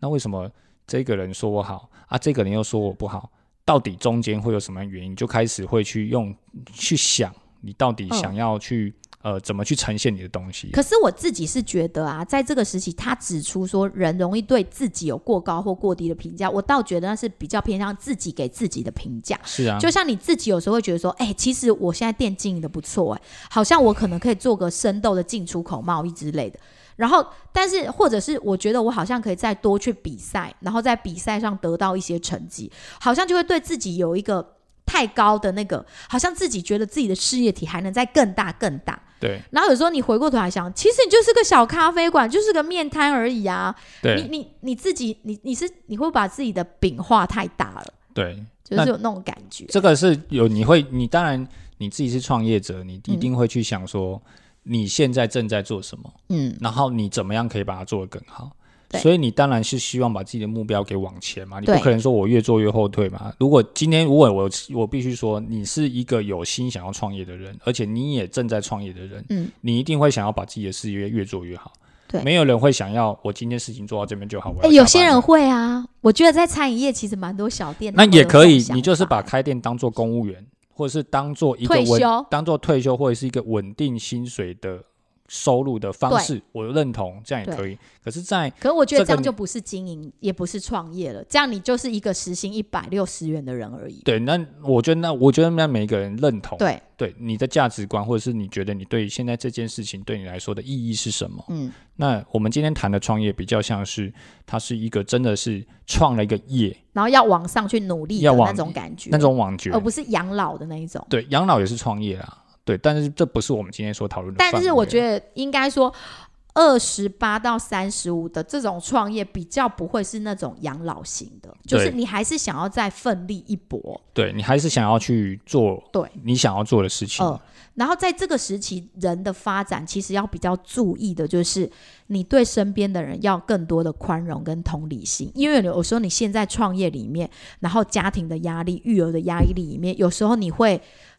S2: 那为什么这个人说我好啊，这个人又说我不好，到底中间会有什么原因？你就开始会去用去想，你到底
S1: 嗯
S2: 想要去、呃怎么去呈现你的东西。啊
S1: 可是我自己是觉得啊，在这个时期，他指出说人容易对自己有过高或过低的评价，我倒觉得那是比较偏向自己给自己的评价。
S2: 是啊，
S1: 就像你自己有时候会觉得说，哎、其实我现在店经营的不错，哎，好像我可能可以做个生豆的进出口贸易之类的。然后，但是或者是我觉得我好像可以再多去比赛，然后在比赛上得到一些成绩，好像就会对自己有一个太高的那个，好像自己觉得自己的事业体还能再更大更大。
S2: 对
S1: 然后有时候你回过头来想，其实你就是个小咖啡馆，就是个面摊而已啊。你
S2: 对
S1: 你你自己，你你是你会把自己的饼画太大了，
S2: 对，
S1: 就是有那种感觉。
S2: 这个是有你会，你当然你自己是创业者，你一定会去想说你现在正在做什么，
S1: 嗯，
S2: 然后你怎么样可以把它做得更好。
S1: 对
S2: 所以你当然是希望把自己的目标给往前嘛，你不
S1: 对
S2: 可能说我越做越后退嘛。如果今天如果我我必须说你是一个有心想要创业的人，而且你也正在创业的人，
S1: 嗯，
S2: 你一定会想要把自己的事业越做越好。
S1: 对
S2: 没有人会想要我今天事情做到这边就好。我
S1: 哎、
S2: 要
S1: 有
S2: 下
S1: 些
S2: 班了
S1: 人会啊，我觉得在餐饮业其实蛮多小店，
S2: 那
S1: 他们
S2: 也
S1: 有这种
S2: 可以，
S1: 想
S2: 你就是
S1: 法
S2: 把开店当做公务员，或者是当做一个
S1: 退
S2: 稳
S1: 休，
S2: 当做退休或者是一个稳定薪水的收入的方
S1: 对
S2: 式，我认同，这样也
S1: 对
S2: 可以。可是在，
S1: 可是我觉得
S2: 这个
S1: 这样
S2: 你
S1: 就不是经营，也不是创业了，这样你就是一个时薪一百六十元的人而已。
S2: 对那我觉得那我觉得那每一个人认同，
S1: 对，
S2: 对你的价值观，或者是你觉得你对现在这件事情对你来说的意义是什么？
S1: 嗯，
S2: 那我们今天谈的创业比较像是，它是一个真的是创了一个业，
S1: 然后要往上去努力的
S2: 要往
S1: 那种感觉，呃
S2: 那种网觉
S1: 而，不是养老的那一种。
S2: 对，养老也是创业啦。对，但是这不是我们今天所讨论的范围。啊
S1: 但是我觉得应该说，二十八到三十五的这种创业比较不会是那种养老型的，就是
S2: 对
S1: 你还是想要再奋力一搏。
S2: 对你还是想要去做
S1: 对
S2: 你想要做的事情。
S1: 呃，然后在这个时期，人的发展其实要比较注意的就是，你对身边的人要更多的宽容跟同理心，因为有时候你现在创业里面，然后家庭的压力、育儿的压力里面，有时候你会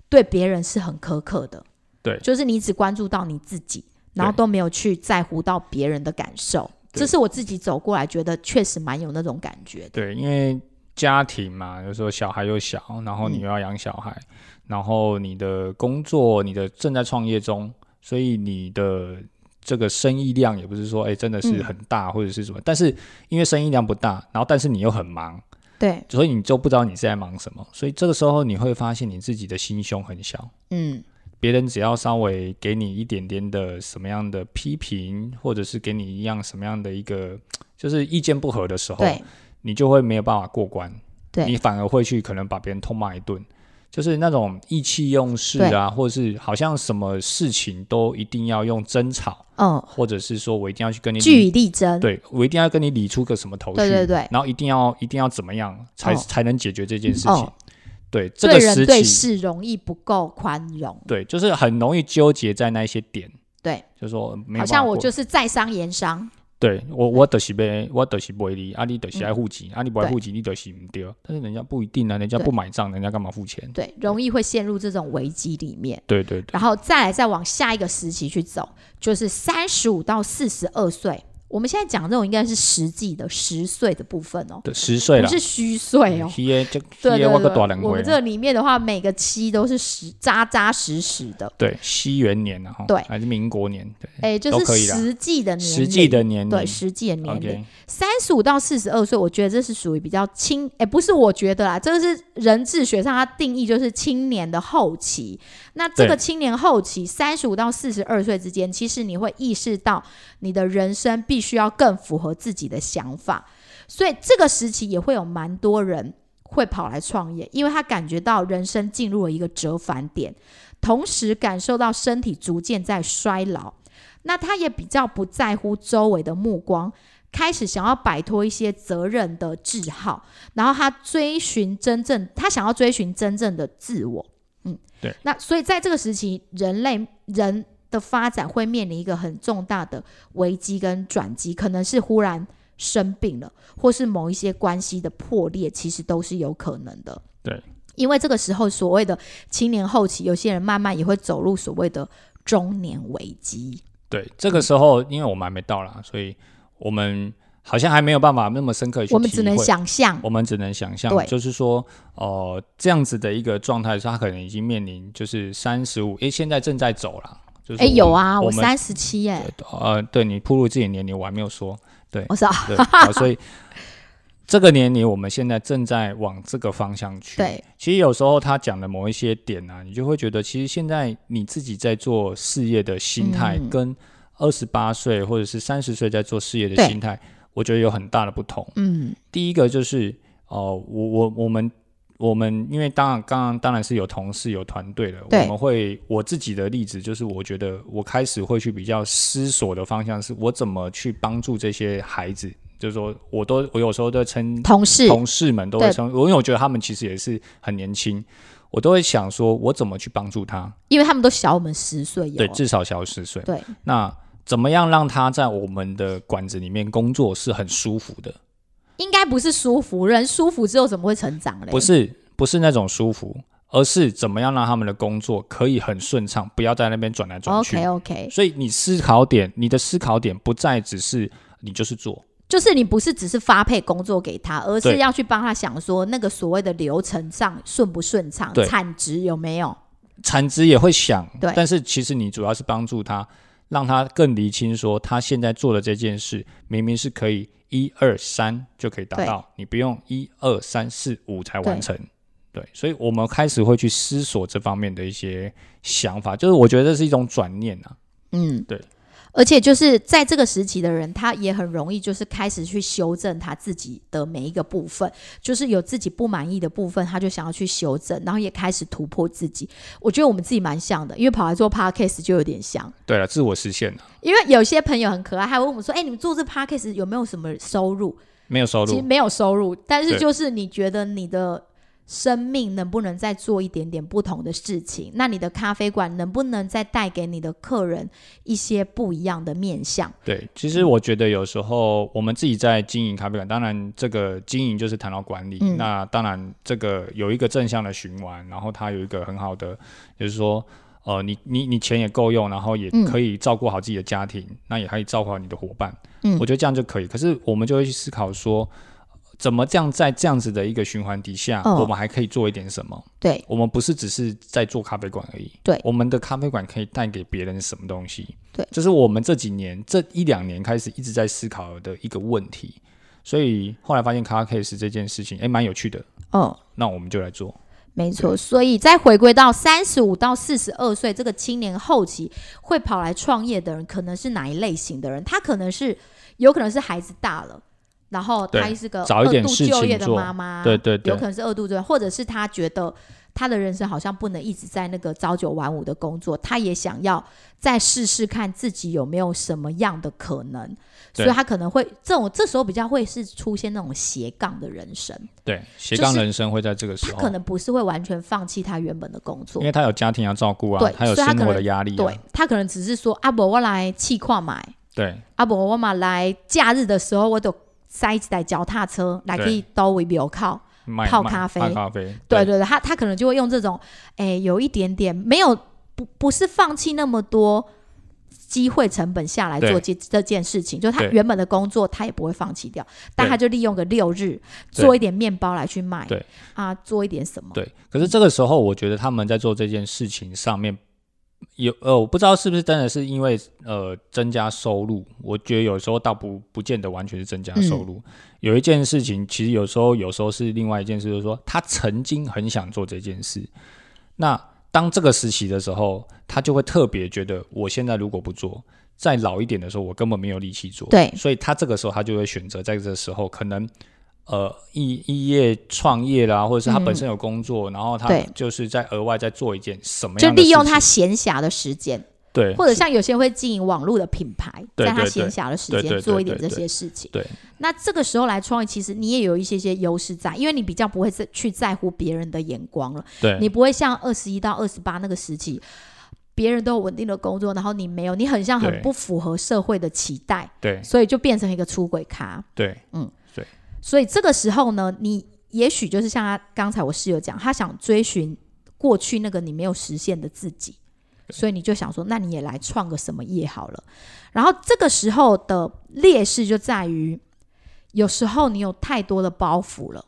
S1: 对别人是很苛刻的，
S2: 对
S1: 就是你只关注到你自己，然后
S2: 对
S1: 都没有去在乎到别人的感受。
S2: 对
S1: 这是我自己走过来，觉得确实蛮有那种感觉的。
S2: 对，因为家庭嘛，有时候小孩又小，然后你
S1: 嗯
S2: 又要养小孩，然后你的工作，你的正在创业中，所以你的这个生意量也不是说哎、真的是
S1: 嗯
S2: 很大或者是什么，但是因为生意量不大，然后但是你又很忙，
S1: 对，
S2: 所以你就不知道你是在忙什么，所以这个时候你会发现你自己的心胸很小。
S1: 嗯，
S2: 别人只要稍微给你一点点的什么样的批评，或者是给你一样什么样的一个，就是意见不合的时候，
S1: 对，
S2: 你就会没有办法过关，
S1: 对
S2: 你反而会去可能把别人痛骂一顿，就是那种意气用事啊，或者是好像什么事情都一定要用争吵，
S1: 嗯，
S2: 或者是说我一定要去跟你
S1: 据
S2: 理，
S1: 以力争。
S2: 对我一定要跟你理出个什么头绪，
S1: 对对对
S2: 然后一定要一定要怎么样才、
S1: 哦
S2: 才能解决这件事情。
S1: 哦
S2: 对这
S1: 对
S2: 个
S1: 人
S2: 时
S1: 对
S2: 期，
S1: 事容易不够宽容，
S2: 对，就是很容易纠结在那一些点，
S1: 对，
S2: 就是说没有
S1: 好
S2: 办法
S1: 像我
S2: 过
S1: 就是在商言商，
S2: 对我，我就是被，我就是不会理，啊，你就是
S1: 嗯
S2: 爱付钱，啊，你不爱付钱，你就是唔对。但是人家不一定啊，人家
S1: 对
S2: 不买账，人家干嘛付钱？
S1: 对，容易会陷入这种危机里面。
S2: 对对对，
S1: 然后再来再往下一个时期去走，就是三十五到四十二岁。我们现在讲这种应该是实际的十岁的部分哦，
S2: 对十岁
S1: 不
S2: 了，
S1: 是虚岁哦。
S2: 迄个就
S1: 对
S2: 迄
S1: 对
S2: 个我个大
S1: 对
S2: 人，
S1: 我
S2: 会
S1: 们，这里面的话，每个期都是实扎扎实实的，
S2: 对，西元年啊，吼
S1: 对
S2: 还是民国年，对，
S1: 哎，就
S2: 都可
S1: 是
S2: 以啦
S1: 实际的年龄，
S2: 实际的年龄
S1: 对实际的年龄，
S2: ，OK，
S1: 三十五到四十二岁，我觉得这是属于比较青，哎，不是我觉得啦，这个是人智学上它定义就是青年的后期。那这个
S2: 对
S1: 青年后期，三十五到四十二岁之间，其实你会意识到你的人生必须要更符合自己的想法，所以这个时期也会有蛮多人会跑来创业，因为他感觉到人生进入了一个折返点，同时感受到身体逐渐在衰老。那他也比较不在乎周围的目光，开始想要摆脱一些责任的桎梏，然后他追寻真正，他想要追寻真正的自我。嗯，
S2: 对。
S1: 那所以在这个时期，人类人的发展会面临一个很重大的危机跟转机，可能是忽然生病了，或是某一些关系的破裂，其实都是有可能的。
S2: 对。
S1: 因为这个时候，所谓的青年后期，有些人慢慢也会走入所谓的中年危机。
S2: 对，这个时候因为我们还没到啦，所以我们好像还没有办法那么深刻地去体会，
S1: 我们只能想象，
S2: 我们只能想象
S1: 对，
S2: 就是说，呃，这样子的一个状态，他可能已经面临就是三十五，诶，现在正在走了。就是
S1: 哎，
S2: 我们
S1: 有啊，我
S2: 我们
S1: 三十七耶，
S2: 呃，对你铺入自己的年龄，我还没 有说，
S1: 我知道，
S2: 对，好所以这个年龄我们现在正在往这个方向去。，
S1: 对
S2: 其实有时候他讲的某一些点啊，你就会觉得，其实现在你自己在做事业的心态
S1: 嗯，
S2: 跟二十八岁或者是三十岁在做事业的
S1: 对
S2: 心态，我觉得有很大的不同。
S1: 嗯，
S2: 第一个就是哦、呃我我我们我们因为当然刚刚当然是有同事有团队的，我
S1: 对
S2: 们会我自己的例子就是，我觉得我开始会去比较思索的方向是我怎么去帮助这些孩子，就是说我都我有时候都称
S1: 同事，
S2: 同事们都会
S1: 对
S2: 称，我因为我觉得他们其实也是很年轻。我都会想说，我怎么去帮助他？
S1: 因为他们都小我们十岁，有
S2: 对，嗯至少小十岁。
S1: 对，
S2: 那怎么样让他在我们的馆子里面工作是很舒服的？
S1: 应该不是舒服，人舒服之后怎么会成长嘞？
S2: 不，是不是那种舒服，而是怎么样让他们的工作可以很顺畅，不要在那边转来转去。
S1: ，OK OK，
S2: 所以你思考点，你的思考点不再只是你就是做，
S1: 就是你不是只是发配工作给他，而是
S2: 对
S1: 要去帮他想说那个所谓的流程上顺不顺畅，
S2: 对
S1: 产值有没有？
S2: 产值也会想
S1: 对，
S2: 但是其实你主要是帮助他，让他更厘清说他现在做的这件事明明是可以一二三就可以达到，你不用一二三四五才完成。对，所以我们开始会去思索这方面的一些想法，就是我觉得这是一种转念啊。
S1: 嗯，
S2: 对。
S1: 而且就是在这个时期的人，他也很容易就是开始去修正他自己的每一个部分，就是有自己不满意的部分，他就想要去修正，然后也开始突破自己。我觉得我们自己蛮像的，因为跑来做 podcast 就有点像。
S2: 对了，自我实现啊，
S1: 因为有些朋友很可爱，还会问我说：“哎、你们做这 podcast 有没有什么收入？”
S2: 没有收
S1: 其实
S2: 入，
S1: 没有收入，但是
S2: 对
S1: 就是你觉得你的生命能不能再做一点点不同的事情？那你的咖啡馆能不能再带给你的客人一些不一样的面向？
S2: 对，其实我觉得有时候我们自己在经营咖啡馆，当然这个经营就是谈到管理，
S1: 嗯
S2: 那当然这个有一个正向的循环，然后它有一个很好的，就是说，呃，你你你钱也够用，然后也
S1: 嗯
S2: 可以照顾好自己的家庭，那也可以照顾好你的伙伴，
S1: 嗯
S2: 我觉得这样就可以。可是我们就会去思考说，怎么这样在这样子的一个循环底下，
S1: 哦
S2: 我们还可以做一点什么？
S1: 对
S2: 我们不是只是在做咖啡馆而已，
S1: 对
S2: 我们的咖啡馆可以带给别人什么东西？
S1: 对
S2: 这是我们这几年这一两年开始一直在思考的一个问题，所以后来发现咖 case 这件事情，哎，蛮有趣的，
S1: 嗯，
S2: 那我们就来做。
S1: 没错。所以再回归到三十五到四十二岁这个青年后期会跑来创业的人，可能是哪一类型的人？他可能是有可能是孩子大了，然后他
S2: 对
S1: 是个
S2: 找一
S1: 二
S2: 点
S1: 度
S2: 事
S1: 就
S2: 情
S1: 业的
S2: 做
S1: 妈妈，
S2: 对对
S1: 有
S2: 对
S1: 可能是二度就业，或者是他觉得他的人生好像不能一直在那个朝九晚五的工作，他也想要再试试看自己有没有什么样的可能，所
S2: 对
S1: 以他可能会这种这时候比较会是出现那种斜杠的人生，
S2: 对，斜
S1: 就
S2: 杠
S1: 是
S2: 人生会在这个时
S1: 他
S2: 候，
S1: 可能不是会完全放弃他原本的工作
S2: 哦因，为他有家庭要照顾啊
S1: 对，
S2: 有
S1: 所以他
S2: 生
S1: 可
S2: 活
S1: 能
S2: 的压力、啊，
S1: 对他可能只是说啊，不我来气矿买。
S2: 对
S1: 啊，无我嘛来假日的时候，我就塞一台脚踏车来去兜围庙口。
S2: 卖
S1: 泡
S2: 卖
S1: 咖啡
S2: 卖咖啡，
S1: 对对对，他他可能就会用这种，诶，有一点点没有不不是放弃那么多机会成本下来
S2: 对
S1: 做这这件事情，就是他
S2: 对
S1: 原本的工作他也不会放弃掉，但
S2: 对
S1: 他就利用个六日
S2: 对
S1: 做一点面包来去卖，
S2: 对
S1: 啊，做一点什么，
S2: 对，可是这个时候，我觉得他们在做这件事情上面有呃，我不知道是不是真的是因为呃增加收入，我觉得有时候倒不不见得完全是增加收入。
S1: 嗯
S2: 有一件事情，其实有时候有时候是另外一件事，就是说他曾经很想做这件事，那当这个时期的时候，他就会特别觉得，我现在如果不做。再老一点的时候，我根本没有力气做。
S1: 对
S2: 所以他这个时候他就会选择在这时候，可能呃，异异业创业啦，或者是他本身有工作，然后他
S1: 对
S2: 就是在额外再做一件什么
S1: 就
S2: 样的
S1: 利用
S2: 事
S1: 他
S2: 情
S1: 闲暇的时间，
S2: 对，
S1: 或者像有些人会经营网络的品牌，
S2: 对
S1: 在他
S2: 对
S1: 闲
S2: 对
S1: 暇的时
S2: 对
S1: 间
S2: 对
S1: 做
S2: 对
S1: 一点
S2: 对
S1: 这
S2: 对
S1: 些事情。
S2: 对
S1: 那这个时候来创业，其实你也有一些些优势在，因为你比较不会在去在乎别人的眼光了，
S2: 对
S1: 你不会像二十一到二十八那个时期。别人都有稳定的工作，然后你没有，你很像很
S2: 对
S1: 不符合社会的期待，
S2: 对
S1: 所以就变成一个出轨咖。
S2: 对
S1: 所以这个时候呢，你也许就是像他刚才我室友讲，他想追寻过去那个你没有实现的自己，所以你就想说，那你也来创个什么业好了。然后这个时候的劣势就在于，有时候你有太多的包袱了，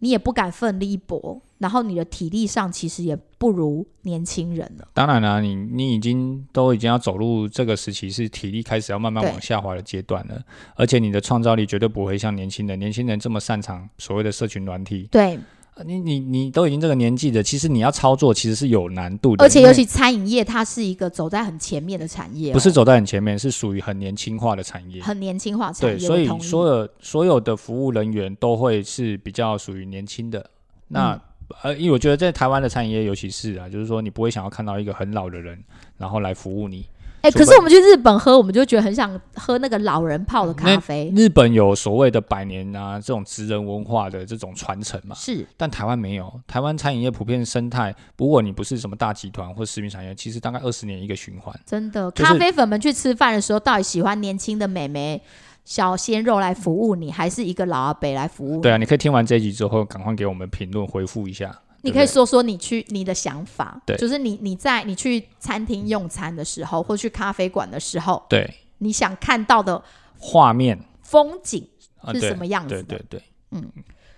S1: 你也不敢奋力一搏，然后你的体力上其实也不如年轻人了。
S2: 当然啦、你你已经都已经要走入这个时期，是体力开始要慢慢
S1: 对
S2: 往下滑的阶段了，而且你的创造力绝对不会像年轻人，年轻人这么擅长所谓的社群软体。
S1: 对，
S2: 呃你你你都已经这个年纪了，其实你要操作其实是有难度的，
S1: 而且
S2: 因为
S1: 尤其餐饮业，它是一个走在很前面的产业哦、
S2: 不是走在很前面，是属于很年轻化的产业。
S1: 很年轻化产
S2: 对，
S1: 业。
S2: 所
S1: 我
S2: 以
S1: 同意
S2: 所有所有的服务人员都会是比较属于年轻的。那、
S1: 嗯
S2: 呃，因为我觉得在台湾的餐饮业，尤其是啊，就是说你不会想要看到一个很老的人，然后来服务你。
S1: 哎、
S2: 除
S1: 可是
S2: 非
S1: 我们去日本喝，我们就觉得很想喝那个老人泡的咖啡，
S2: 日本有所谓的百年啊这种职人文化的这种传承嘛，
S1: 是
S2: 但台湾没有。台湾餐饮业普遍生态，如果你不是什么大集团或食品产业，其实大概二十年一个循环。
S1: 真的。
S2: 就是
S1: 咖啡粉们去吃饭的时候，到底喜欢年轻的美眉、小鲜肉来服务你，还是一个老阿伯来服务你？
S2: 对啊，你可以听完这一集之后，赶快给我们评论回复一下。
S1: 你
S2: 对不
S1: 可以
S2: 对
S1: 说说你去你的想法，
S2: 对
S1: 就是你你在你去餐厅用餐的时候，或去咖啡馆的时候，
S2: 对
S1: 你想看到的
S2: 画面
S1: 风景
S2: 啊，
S1: 是
S2: 对
S1: 什么样子的？
S2: 对对对，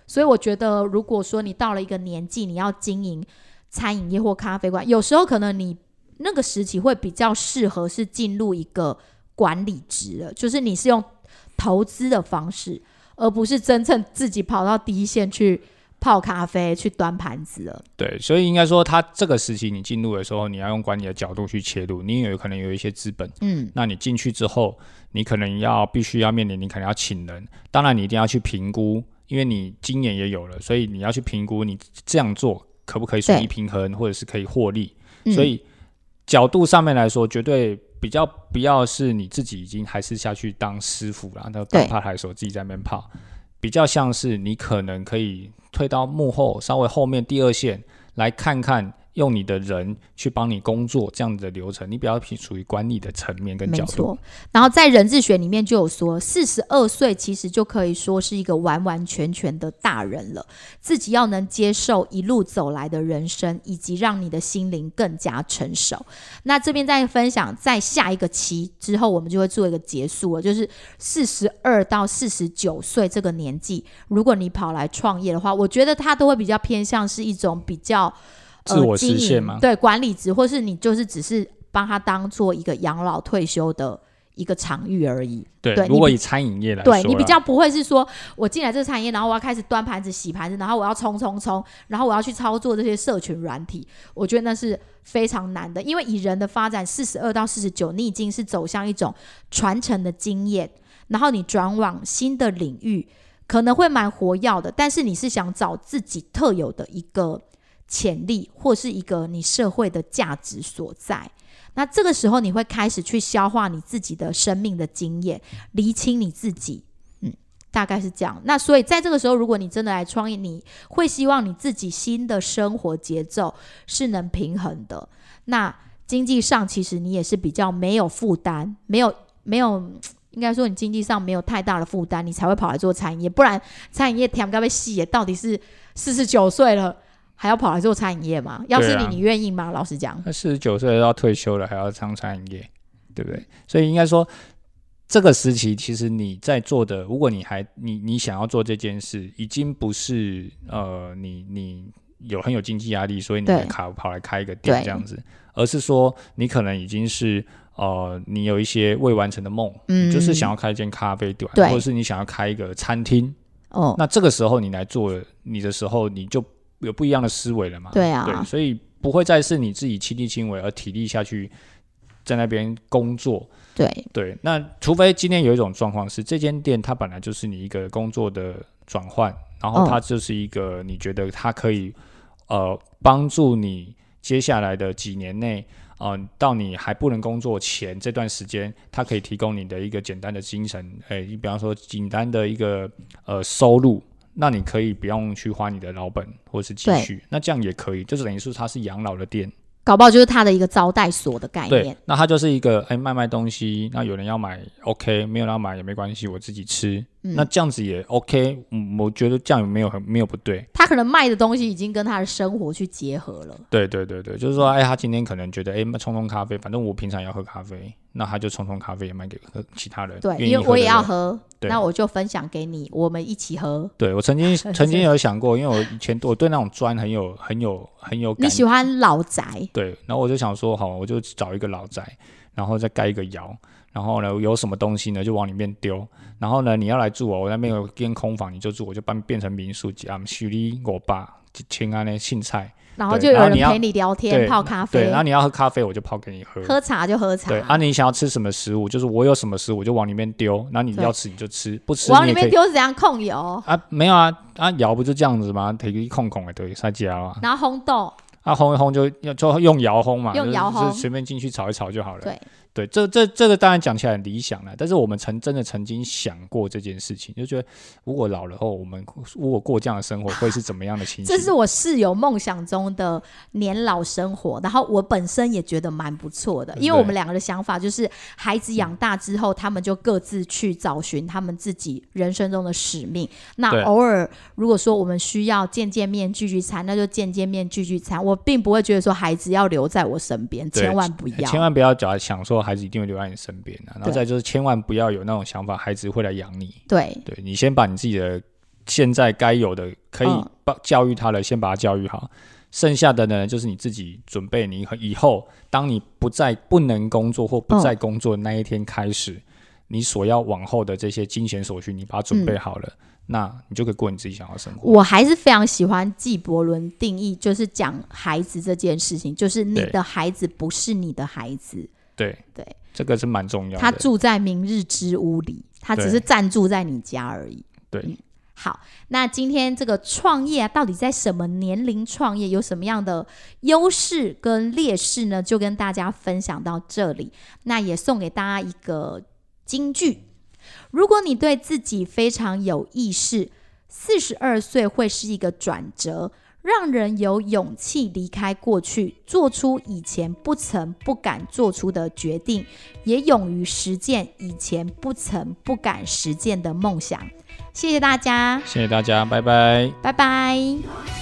S1: 所以我觉得，如果说你到了一个年纪，你要经营餐饮业或咖啡馆，有时候可能你那个时期会比较适合是进入一个管理职了，就是你是用投资的方式，而不是真正自己跑到第一线去泡咖啡、去端盘子了。
S2: 对，所以应该说，它这个时期你进入的时候，你要用管理的角度去切入，你有可能有一些资本，
S1: 嗯，
S2: 那你进去之后，你可能要必须要面临，你可能要请人，当然你一定要去评估，因为你经验也有了，所以你要去评估你这样做可不可以损
S1: 对
S2: 益平衡，或者是可以获利，
S1: 嗯
S2: 所以角度上面来说，绝对。比较不要是你自己已经还是下去当师傅啦，那
S1: 对
S2: 当怕台手自己在那边泡，比较像是你可能可以退到幕后，稍微后面第二线来看看，用你的人去帮你工作这样子的流程，你比较属于管理的层面跟
S1: 没
S2: 角度
S1: 错。。然后在人智学里面就有说，四十二岁其实就可以说是一个完完全全的大人了，自己要能接受一路走来的人生，以及让你的心灵更加成熟。那这边再分享，在下一个期之后，我们就会做一个结束了，就是四十二到四十九岁这个年纪，如果你跑来创业的话，我觉得它都会比较偏向是一种比较。呃
S2: 自我实现
S1: 经营
S2: 吗
S1: 对，管理职，或是你就是只是帮他当做一个养老退休的一个场域而已。
S2: 对，
S1: 对你
S2: 如果
S1: 比
S2: 以餐饮业来说啦，
S1: 对你比较不会是说，我进来这个产业，然后我要开始端盘子、洗盘子，然后我要冲冲冲，然后我要去操作这些社群软体，我觉得那是非常难的，因为以人的发展，四十二到四十九，你已经是走向一种传承的经验，然后你转往新的领域，可能会蛮活跃的，但是你是想找自己特有的一个潜力，或是一个你社会的价值所在。那这个时候，你会开始去消化你自己的生命的经验，厘清你自己。嗯，大概是这样。那所以，在这个时候，如果你真的来创业，你会希望你自己新的生活节奏是能平衡的。那经济上，其实你也是比较没有负担，没有没有，应该说你经济上没有太大的负担，你才会跑来做餐饮业。不然，餐饮业甜该被戏耶，到底是四十九岁了。还要跑来做餐饮业吗？要是
S2: 对
S1: 你，
S2: 啊
S1: 你愿意吗？老实讲，
S2: 那四十九岁都要退休了，还要上餐饮业，对不对？所以应该说，这个时期其实你在做的，如果你还你你想要做这件事，已经不是呃你你有很有经济压力，所以你
S1: 对
S2: 才跑跑来开一个店
S1: 对
S2: 这样子，而是说你可能已经是。呃，你有一些未完成的梦，
S1: 嗯
S2: 你就是想要开一间咖啡馆，
S1: 对
S2: 或者是你想要开一个餐厅。
S1: 哦，
S2: 那这个时候你来做你的时候，你就有不一样的思维了嘛？
S1: 对啊，
S2: 对，所以不会再是你自己亲力亲为而体力下去在那边工作。
S1: 对
S2: 对，那除非今天有一种状况是，这间店它本来就是你一个工作的转换，然后
S1: 嗯
S2: 它就是一个你觉得它可以、呃帮助你接下来的几年内。嗯、到你还不能工作前这段时间，它可以提供你的一个简单的精神，诶、你比方说简单的一个呃收入，那你可以不用去花你的老本或是积
S1: 对
S2: 蓄，那这样也可以，就是等于说它是养老的店，
S1: 搞不好就是他的一个招待所的概
S2: 对
S1: 念。，
S2: 那它就是一个哎卖卖东西，那有人要买 OK，没有人要买也没关系，我自己吃，
S1: 嗯
S2: 那这样子也 OK，嗯，我觉得这样也没有很没有不对，
S1: 他可能卖的东西已经跟他的生活去结合了。
S2: 对对对对，就是说
S1: 嗯
S2: 哎他今天可能觉得哎冲冲咖啡，反正我平常也要喝咖啡，那他就冲冲咖啡也卖给喝其他人，
S1: 对，
S2: 愿意
S1: 因为
S2: 喝
S1: 我
S2: 的
S1: 也要
S2: 人
S1: 喝，
S2: 对
S1: 那我就分享给你，我们一起喝。
S2: 对我 曾经曾经有想过，因为我以前我对那种砖很有很有很有
S1: 你
S2: 感
S1: 喜欢老宅，
S2: 对，然后我就想说，好，我就找一个老宅，然后再盖一个窑，然后呢，有什么东西呢就往里面丢，然后呢，你要来住哦，我那边有间空房，你就住，我就办变成民宿，啊，许哩我爸请安呢，青菜，
S1: 然后
S2: 对
S1: 就有
S2: 然后
S1: 人
S2: 你要
S1: 陪你聊天、
S2: 对
S1: 泡咖
S2: 对，
S1: 啡
S2: 然后、你要喝咖啡，我就泡给你喝。
S1: 喝茶就喝茶
S2: 对，。啊，你想要吃什么食物，就是我有什么食物，我就往里面丢。然后你
S1: 对
S2: 要吃你就吃，不吃
S1: 往里
S2: 你也可
S1: 面
S2: 以
S1: 丢是怎样控油，
S2: 啊，没有啊，啊窑不就这样子吗？提个空空的对，塞家啊，
S1: 然后烘豆，
S2: 啊烘一烘就要就用窑烘嘛，
S1: 用
S2: 就是
S1: 窑烘
S2: 就是随便进去炒一炒就好了。
S1: 对
S2: 对，这这这个当然讲起来很理想了，但是我们曾真的曾经想过这件事情，就觉得如果老了后，我们如果过这样的生活，会嗯是怎么样的情形？
S1: 这是我室友梦想中的年老生活。然后我本身也觉得蛮不错的，因为
S2: 嗯对
S1: 我们两个的想法就是，孩子养大之后，他们就各自去找寻他们自己人生中的使命。那
S2: 对
S1: 偶尔如果说我们需要见见面、聚聚餐，那就见见面、聚聚餐。我并不会觉得说孩子要留在我身边，
S2: 对
S1: 千万不要。
S2: 千万不要假想说孩子一定会留在你身边啊，然后
S1: 对
S2: 再就是千万不要有那种想法，孩子会来养你。
S1: 对
S2: 对你先把你自己的现在该有的可以
S1: 嗯
S2: 把教育他的，先把他教育好。剩下的呢，就是你自己准备你和以后，当你不再不能工作或不
S1: 嗯
S2: 再工作那一天开始，你所要往后的这些金钱所需，你把它准
S1: 嗯
S2: 备好了，那你就可以过你自己想要的生活。
S1: 我还是非常喜欢纪伯伦定义，就是讲孩子这件事情，就是你
S2: 对
S1: 的孩子不是你的孩子。
S2: 对
S1: 对，
S2: 这个是蛮重要
S1: 他
S2: 的。
S1: 住在明日之屋里，他只
S2: 对
S1: 是暂住在你家而已。
S2: 对，
S1: 好，那今天这个创业啊，到底在什么年龄创业，有什么样的优势跟劣势呢？就跟大家分享到这里。那也送给大家一个金句：如果你对自己非常有意识，四十二岁会是一个转折，让人有勇气离开过去，做出以前不曾不敢做出的决定，也勇于实践以前不曾不敢实践的梦想。谢谢大家，
S2: 谢谢大家，拜拜。
S1: 拜拜。
S3: 「